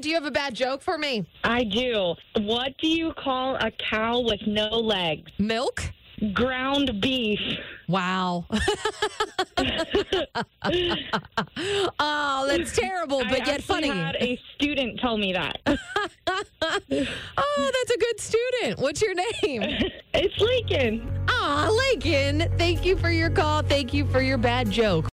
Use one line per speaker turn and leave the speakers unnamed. do you have a bad joke for me?
I do. What do you call a cow with no legs?
Milk?
Ground beef.
Wow. oh, that's terrible,
I
but yet
actually
funny.
had a student tell me that.
oh, that's a good student. What's your name?
it's Lincoln.
Ah, Lakin. Thank you for your call. Thank you for your bad joke.